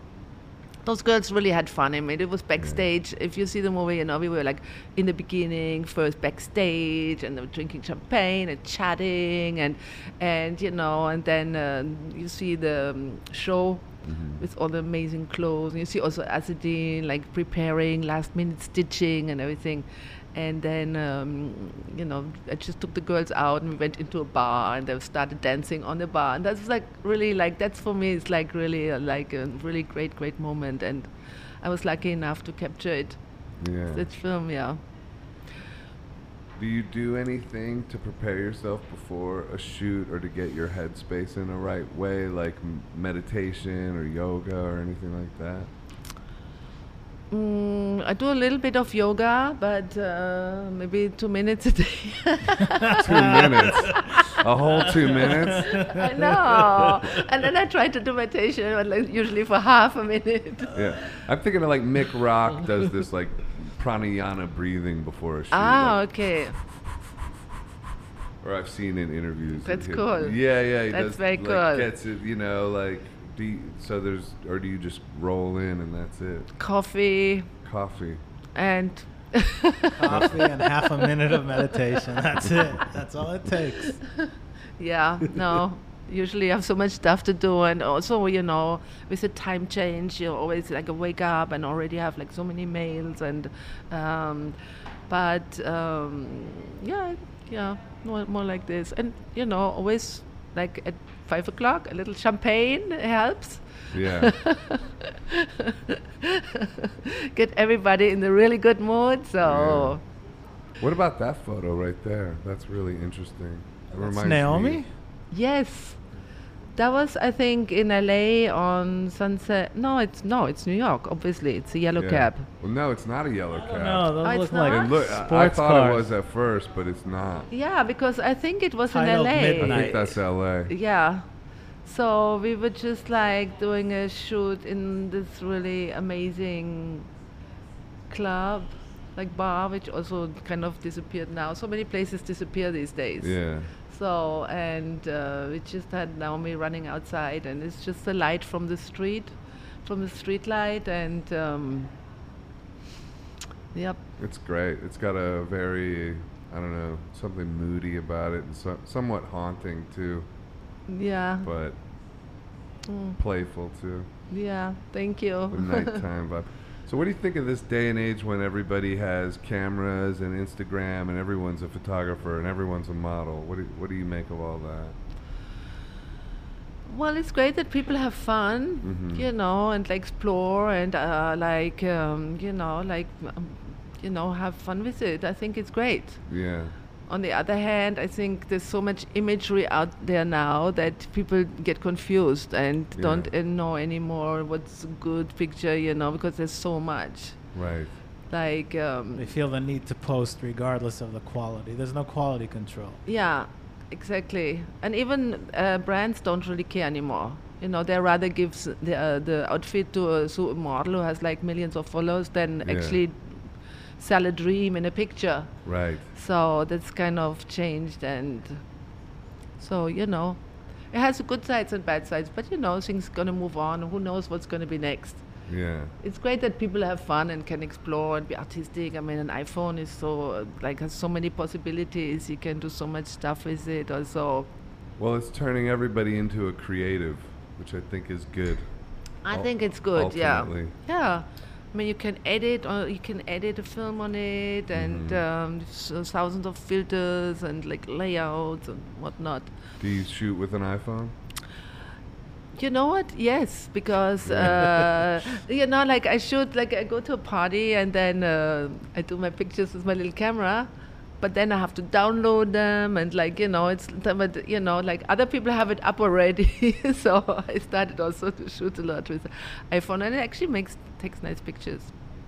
S2: Those girls really had fun. I mean, it was backstage. If you see the movie, you know, we were like in the beginning, first backstage, and they were drinking champagne and chatting, and and you know, and then um you see the um, show
S1: Mm-hmm.
S2: with all the amazing clothes. And you see also Asadine like preparing last minute stitching and everything. And then, um, you know, I just took the girls out and we went into a bar and they started dancing on the bar. And that's like really like, that's for me, it's like really uh, like a really great, great moment. And I was lucky enough to capture it.
S1: Yeah.
S2: This film, yeah.
S1: Do you do anything to prepare yourself before a shoot or to get your headspace in the right way, like m- meditation or yoga or anything like that?
S2: Mm, I do a little bit of yoga, but uh, maybe two minutes a day.
S1: two minutes. A whole two minutes?
S2: I know. And then I try to do meditation, but like usually for half a minute.
S1: Yeah. I'm thinking of like Mick Rock does this like pranayana breathing before a shoot.
S2: Ah,
S1: like-
S2: okay.
S1: Or I've seen in interviews. that
S2: That's
S1: he-
S2: cool.
S1: Yeah, yeah. He
S2: That's
S1: does,
S2: very
S1: like,
S2: cool.
S1: Gets it, you know, like, do you, so there's, or do you just roll in and that's it?
S2: Coffee
S1: Coffee.
S2: and
S3: Coffee and half a minute of meditation. That's it. That's all it takes.
S2: yeah, no. Usually I have so much stuff to do, and also you know, with the time change, you always like wake up and already have like so many mails and, um, but um, yeah, yeah, more, more like this, and you know, always like at five o'clock, a little champagne helps.
S1: Yeah.
S2: Get everybody in a really good mood. So
S1: what about that photo right there? That's really interesting. It
S3: It's
S1: reminds me-
S3: Naomi?
S2: yes, that was I think in LA on Sunset. No, it's no, it's New York. Obviously, it's a yellow
S1: Yeah.
S2: cab.
S1: Well, no, it's not a yellow
S3: I
S1: cab.
S3: don't know. Those
S2: Oh, it's
S3: look
S2: not?
S1: And
S3: like
S1: look, I-
S3: sports
S1: I thought
S3: cars.
S1: it was at first, but it's not.
S2: Yeah, because I think it was in
S3: Titled
S2: LA.
S1: I
S3: Midnight.
S1: think that's L.A.
S2: Yeah. So we were just like doing a shoot in this really amazing club, like bar, which also kind of disappeared now. So many places disappear these days.
S1: Yeah.
S2: So, and uh, we just had Naomi running outside, and it's just the light from the street, from the street light, and um, yep,
S1: It's great. It's got a very, I don't know, something moody about it and so, somewhat haunting too,
S2: yeah,
S1: but playful too.
S2: yeah, thank you.
S1: The nighttime vibe. So, what do you think of this day and age when everybody has cameras and Instagram and everyone's a photographer and everyone's a model? What do, what do you make of all that?
S2: Well, it's great that people have fun,
S1: Mhm.
S2: you know, and like explore and uh, like um, you know, like um, you know, have fun with it. I think it's great.
S1: Yeah.
S2: On the other hand, I think there's so much imagery out there now that people get confused and
S1: Yeah.
S2: don't uh, know anymore what's a good picture, you know, because there's so much.
S1: Right.
S2: Like,
S3: They
S2: um,
S3: feel the need to post regardless of the quality. There's no quality control.
S2: yeah, exactly. And even uh, brands don't really care anymore. You know, they rather give s- the, uh, the outfit to a su- model who has like millions of followers than
S1: Yeah.
S2: actually sell a dream in a picture.
S1: Right.
S2: So that's kind of changed, and so you know, it has good sides and bad sides. But you know, things gonna move on. Who knows what's gonna be next?
S1: Yeah.
S2: It's great that people have fun and can explore and be artistic. I mean, an iPhone is so uh, like has so many possibilities. You can do so much stuff with it. Also,
S1: Well, it's turning everybody into a creative, which I think is good.
S2: I
S1: Ul-
S2: think it's good.
S1: ultimately.
S2: Yeah, yeah. I mean, you can edit or you can edit a film on it, and um, so thousands of filters and like layouts and whatnot.
S1: Do you shoot with an iPhone?
S2: You know what? Yes, because uh, you know, like I shoot, like I go to a party and then uh, I do my pictures with my little camera, but then I have to download them and like you know, it's but you know, like other people have it up already, so I started also to shoot a lot with iPhone, and it actually makes takes nice pictures.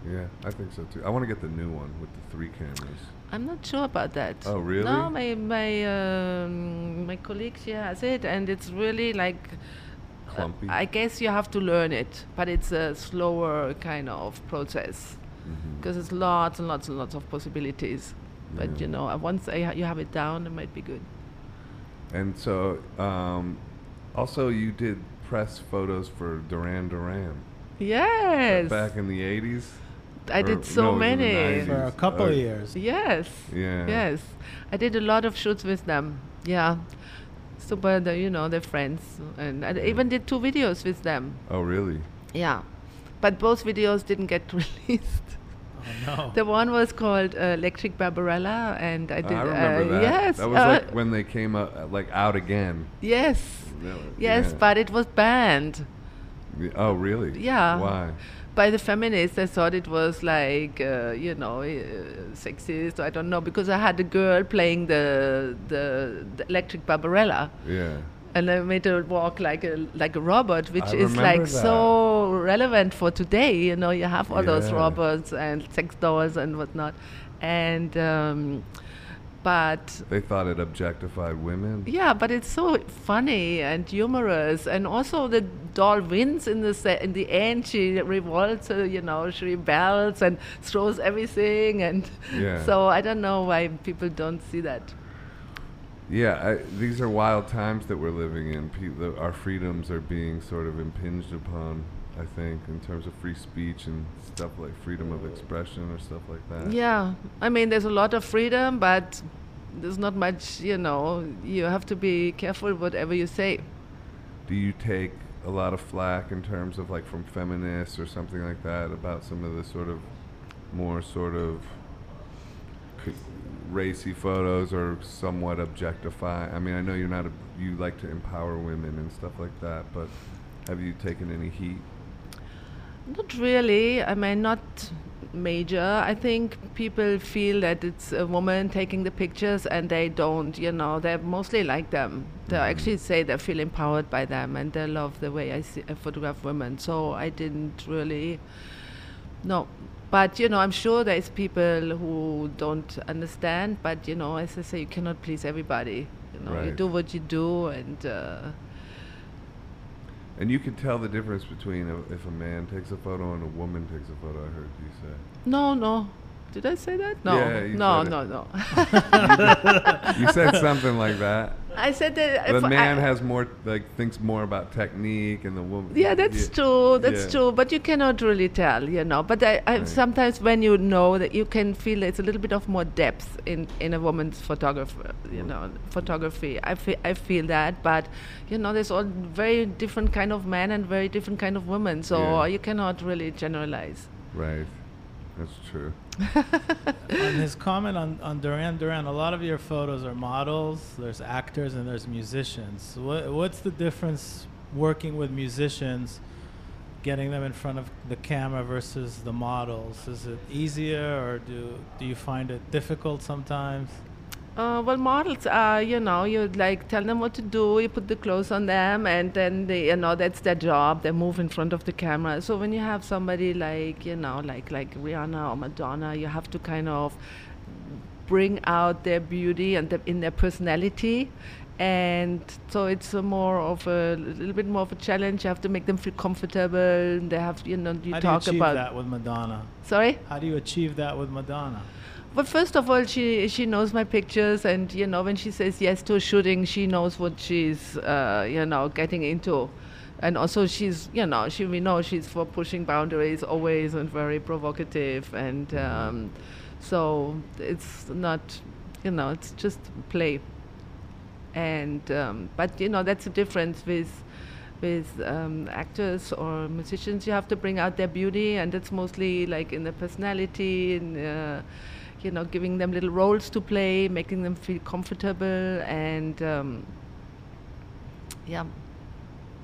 S1: Yeah, I think so too. I want to get the new one with the three cameras.
S2: I'm not sure about that.
S1: Oh, really?
S2: No, my my um, my colleague she has it, and it's really like. uh,
S1: Clumpy.
S2: I guess you have to learn it, but it's a slower kind of process
S1: Mhm.
S2: because it's lots and lots and lots of possibilities. But
S1: Yeah.
S2: you know, uh, once I ha- you have it down, it might be good.
S1: And so, um, also, you did press photos for Duran Duran
S2: Yes,
S1: back in the 80s.
S2: I
S1: or-
S2: did so
S1: no, it was in the
S2: many.
S1: 90s.
S3: For a couple
S1: Oh.
S3: of years.
S2: Yes.
S1: Yeah.
S2: Yes, I did a lot of shoots with them. Yeah, super. They're, you know, they're friends, and I even did two videos with them.
S1: Oh, really?
S2: Yeah, but both videos didn't get released.
S3: Oh, no.
S2: The one was called uh, Electric Barbarella, and I did.
S1: I remember
S2: uh,
S1: that.
S2: Yes,
S1: That was
S2: uh,
S1: like when they came up, like out again.
S2: yes,
S1: That was-
S2: yes,
S1: yeah.
S2: but it was banned.
S1: Y- Oh, really?
S2: Yeah.
S1: Why?
S2: by the feminists. I thought it was like uh, you know uh, sexist. Or I don't know because I had a girl playing the the, the electric barbarella.
S1: Yeah.
S2: And I made her walk like a like a robot, which
S1: I
S2: is
S1: remember
S2: like
S1: that.
S2: so relevant for today. You know, you have all those
S1: Yeah.
S2: robots and sex dolls and whatnot, and um, but
S1: They thought it objectified women.
S2: yeah, but it's so funny and humorous, and also the doll wins in the se- in the end. She revolts, uh, you know, she rebels and throws everything, and
S1: Yeah.
S2: so I don't know why people don't see that.
S1: Yeah, I, these are wild times that we're living in. Pe- the, our freedoms are being sort of impinged upon, I think, in terms of free speech and stuff like freedom of expression or stuff like that.
S2: Yeah, I mean, there's a lot of freedom, but there's not much, you know. You have to be careful whatever you say.
S1: Do you take a lot of flack in terms of like from feminists or something like that about some of the sort of more sort of c- racy photos or somewhat objectify? I mean, I know you're not a, you like to empower women and stuff like that, but have you taken any heat?
S2: Not really. I mean, not major. I think people feel that it's a woman taking the pictures and they don't, you know, they mostly like them. They
S1: Mm-hmm.
S2: actually say they feel empowered by them and they love the way I, see, I photograph women. So I didn't really, no. But, you know, I'm sure there's people who don't understand, but, you know, as I say, you cannot please everybody. You know, you
S1: Right.
S2: do what you do and. Uh,
S1: And you can tell the difference between a, if a man takes a photo and a woman takes a photo. I heard you say.
S2: No, no. Did I say that? No,
S1: Yeah, you said
S2: no,
S1: it.
S2: no, no.
S1: You said something like that.
S2: I said that.
S1: The
S2: if I-
S1: man has more like thinks more about technique, and the woman.
S2: Yeah, that's true. That's
S1: yeah.
S2: true. But you cannot really tell, you know. But I, I
S1: Right.
S2: sometimes when you know that you can feel it's a little bit of more depth in, in a woman's photographer, you
S1: Mm.
S2: know, photography. I feel I feel that, but you know, there's all very different kind of men and very different kind of women. So
S1: Yeah.
S2: you cannot really generalize.
S1: Right. That's true.
S3: on his comment on, on Duran Duran, a lot of your photos are models, there's actors, and there's musicians. What, what's the difference working with musicians, getting them in front of the camera versus the models? Is it easier, or do, do you find it difficult sometimes?
S2: Uh, well, models are, you know, you like tell them what to do, you put the clothes on them, and then they, you know, that's their job. They move in front of the camera. So when you have somebody like, you know, like like Rihanna or Madonna, you have to kind of bring out their beauty and the, in their personality. And so it's a more of a little bit more of a challenge. You have to make them feel comfortable. They have, you know, you
S3: How
S2: talk
S3: do you achieve
S2: about.
S3: that with Madonna?
S2: Sorry.
S3: How do you achieve that with Madonna?
S2: But first of all, she she knows my pictures, and you know when she says yes to a shooting, she knows what she's uh, you know getting into, and also she's you know she we know she's for pushing boundaries always and very provocative, and um, so it's not you know it's just play, and um, but you know that's the difference with. With um, actors or musicians, you have to bring out their beauty, and it's mostly like in the personality, in uh, you know, giving them little roles to play, making them feel comfortable, and um, yeah.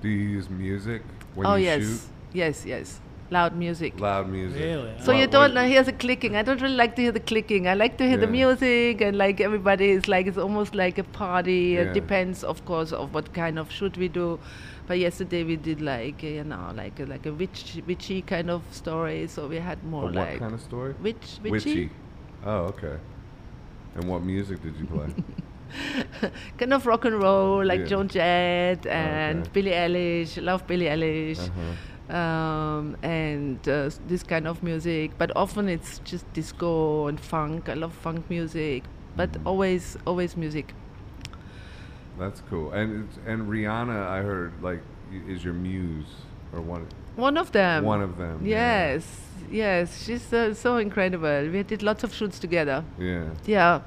S1: Do you use music when
S2: oh
S1: you
S2: yes,
S1: shoot?
S2: yes, yes. Loud music.
S1: Loud music.
S3: Really?
S2: so
S1: Wha-
S2: you
S1: what-
S2: don't know, hear the clicking. I don't really like to hear the clicking. I like to hear the
S1: Yeah.
S2: music and like everybody is like it's almost like a party.
S1: Yeah.
S2: It depends, of course, of what kind of shoot we do. But yesterday we did like you know like a, like a witch witchy kind of story. So we had
S1: A
S2: more
S1: what
S2: like
S1: kind of story?
S2: witch
S1: Witchy. Oh, okay. And what music did you play?
S2: kind of rock and roll, like
S1: Yeah.
S2: Joan Jett and
S1: okay.
S2: Billie Eilish. Love Billie Eilish.
S1: uh-huh.
S2: Um, and uh, s- this kind of music, but often it's just disco and funk. I love funk music, but
S1: Mhm.
S2: always, always music.
S1: That's cool. And it's, and Rihanna, I heard like y- is your muse or one
S2: One of them.
S1: one of them. yeah.
S2: Um, Yes, yes, she's uh, so incredible. We did lots of shoots together.
S1: Yeah.
S2: Yeah.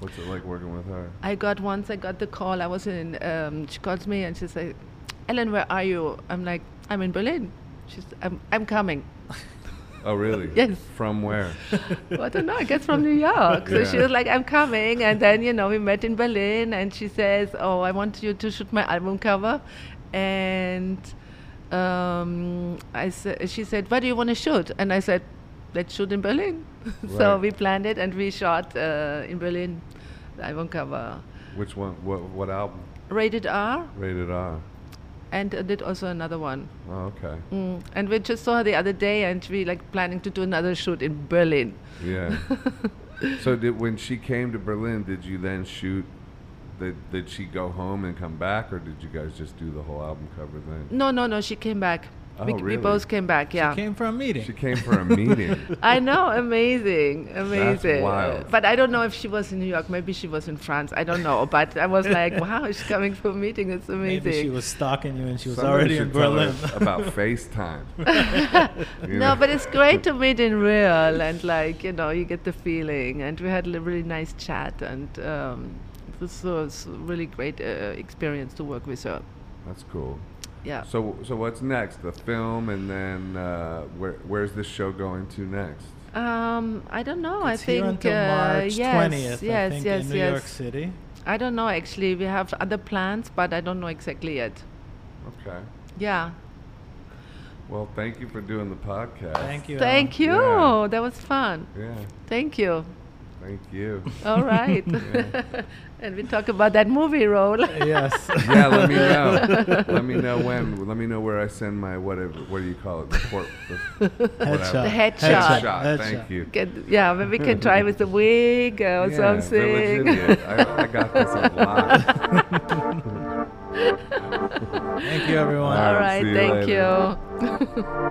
S1: What's it like working with her?
S2: I got once I got the call. I was in. Um, she calls me and she's like, "Ellen, where are you?" I'm like, "I'm in Berlin." She's, "I'm, I'm coming."
S1: Oh, really?
S2: Yes.
S1: From where?
S2: Well, I don't know. I guess from New York. So she
S1: Yeah.
S2: was like, "I'm coming," and then you know we met in Berlin, and she says, "Oh, I want you to shoot my album cover," and um, I sa- she said, "Where do you want to shoot?" And I said, "Let's shoot in Berlin." so
S1: Right.
S2: we planned it and we shot uh, in Berlin. I won't cover
S1: Which one? What, what album?
S2: rated R,
S1: Rated R.
S2: and uh, did also another one.
S1: Oh, okay.
S2: Mm. And we just saw her the other day, and we like planning to do another shoot in Berlin.
S1: Yeah. so did when she came to Berlin, did you then shoot? Did, did she go home and come back, or did you guys just do the whole album cover then?
S2: No, no, no. She came back. we,
S1: Oh,
S2: we
S1: really?
S2: both came back. Yeah.
S3: Came for a meeting.
S1: She came for a meeting.
S2: I know, amazing, amazing.
S1: wild.
S2: But I don't know if she was in New York. Maybe she was in France. I don't know. But I was like, wow, she's coming for a meeting. It's amazing.
S3: Maybe she was stalking you and she was
S1: Somebody
S3: already
S1: should
S3: in
S1: tell
S3: Berlin.
S1: her about FaceTime. You
S2: No,
S1: know?
S2: but it's great to meet in real and like you know you get the feeling. And we had a really nice chat, and um, it was so it's a really great uh, experience to work with her.
S1: that's cool.
S2: Yeah.
S1: So so what's next? The film, and then uh, where where's this show going to next?
S2: Um, I don't know. I
S3: It's here
S2: think
S3: until
S2: uh,
S3: March
S2: yes,
S3: 20th,
S2: yes,
S3: I think,
S2: yes,
S3: in New
S2: yes.
S3: York City.
S2: I don't know actually. We have other plans, but I don't know exactly yet.
S1: Okay.
S2: Yeah.
S1: Well, thank you for doing the podcast.
S3: Thank you. Ellen.
S2: Thank you.
S1: Yeah.
S2: That was fun.
S1: Yeah.
S2: Thank you.
S1: Thank you.
S2: All right. and we talk about that movie role.
S3: yes.
S1: yeah, let me know. let me know when. Let me know where I send my whatever. What do you call it? The port. The
S3: Headshot.
S2: The headshot.
S1: Headshot.
S3: Headshot.
S1: Thank you.
S2: Get- yeah, maybe we can try with the wig or
S1: Yeah, Village
S2: something.
S1: Idiot. I, I got this on lock.
S3: Thank you, everyone.
S1: All
S2: All
S1: right,
S2: right.
S1: see you
S2: Thank
S1: later.
S2: you.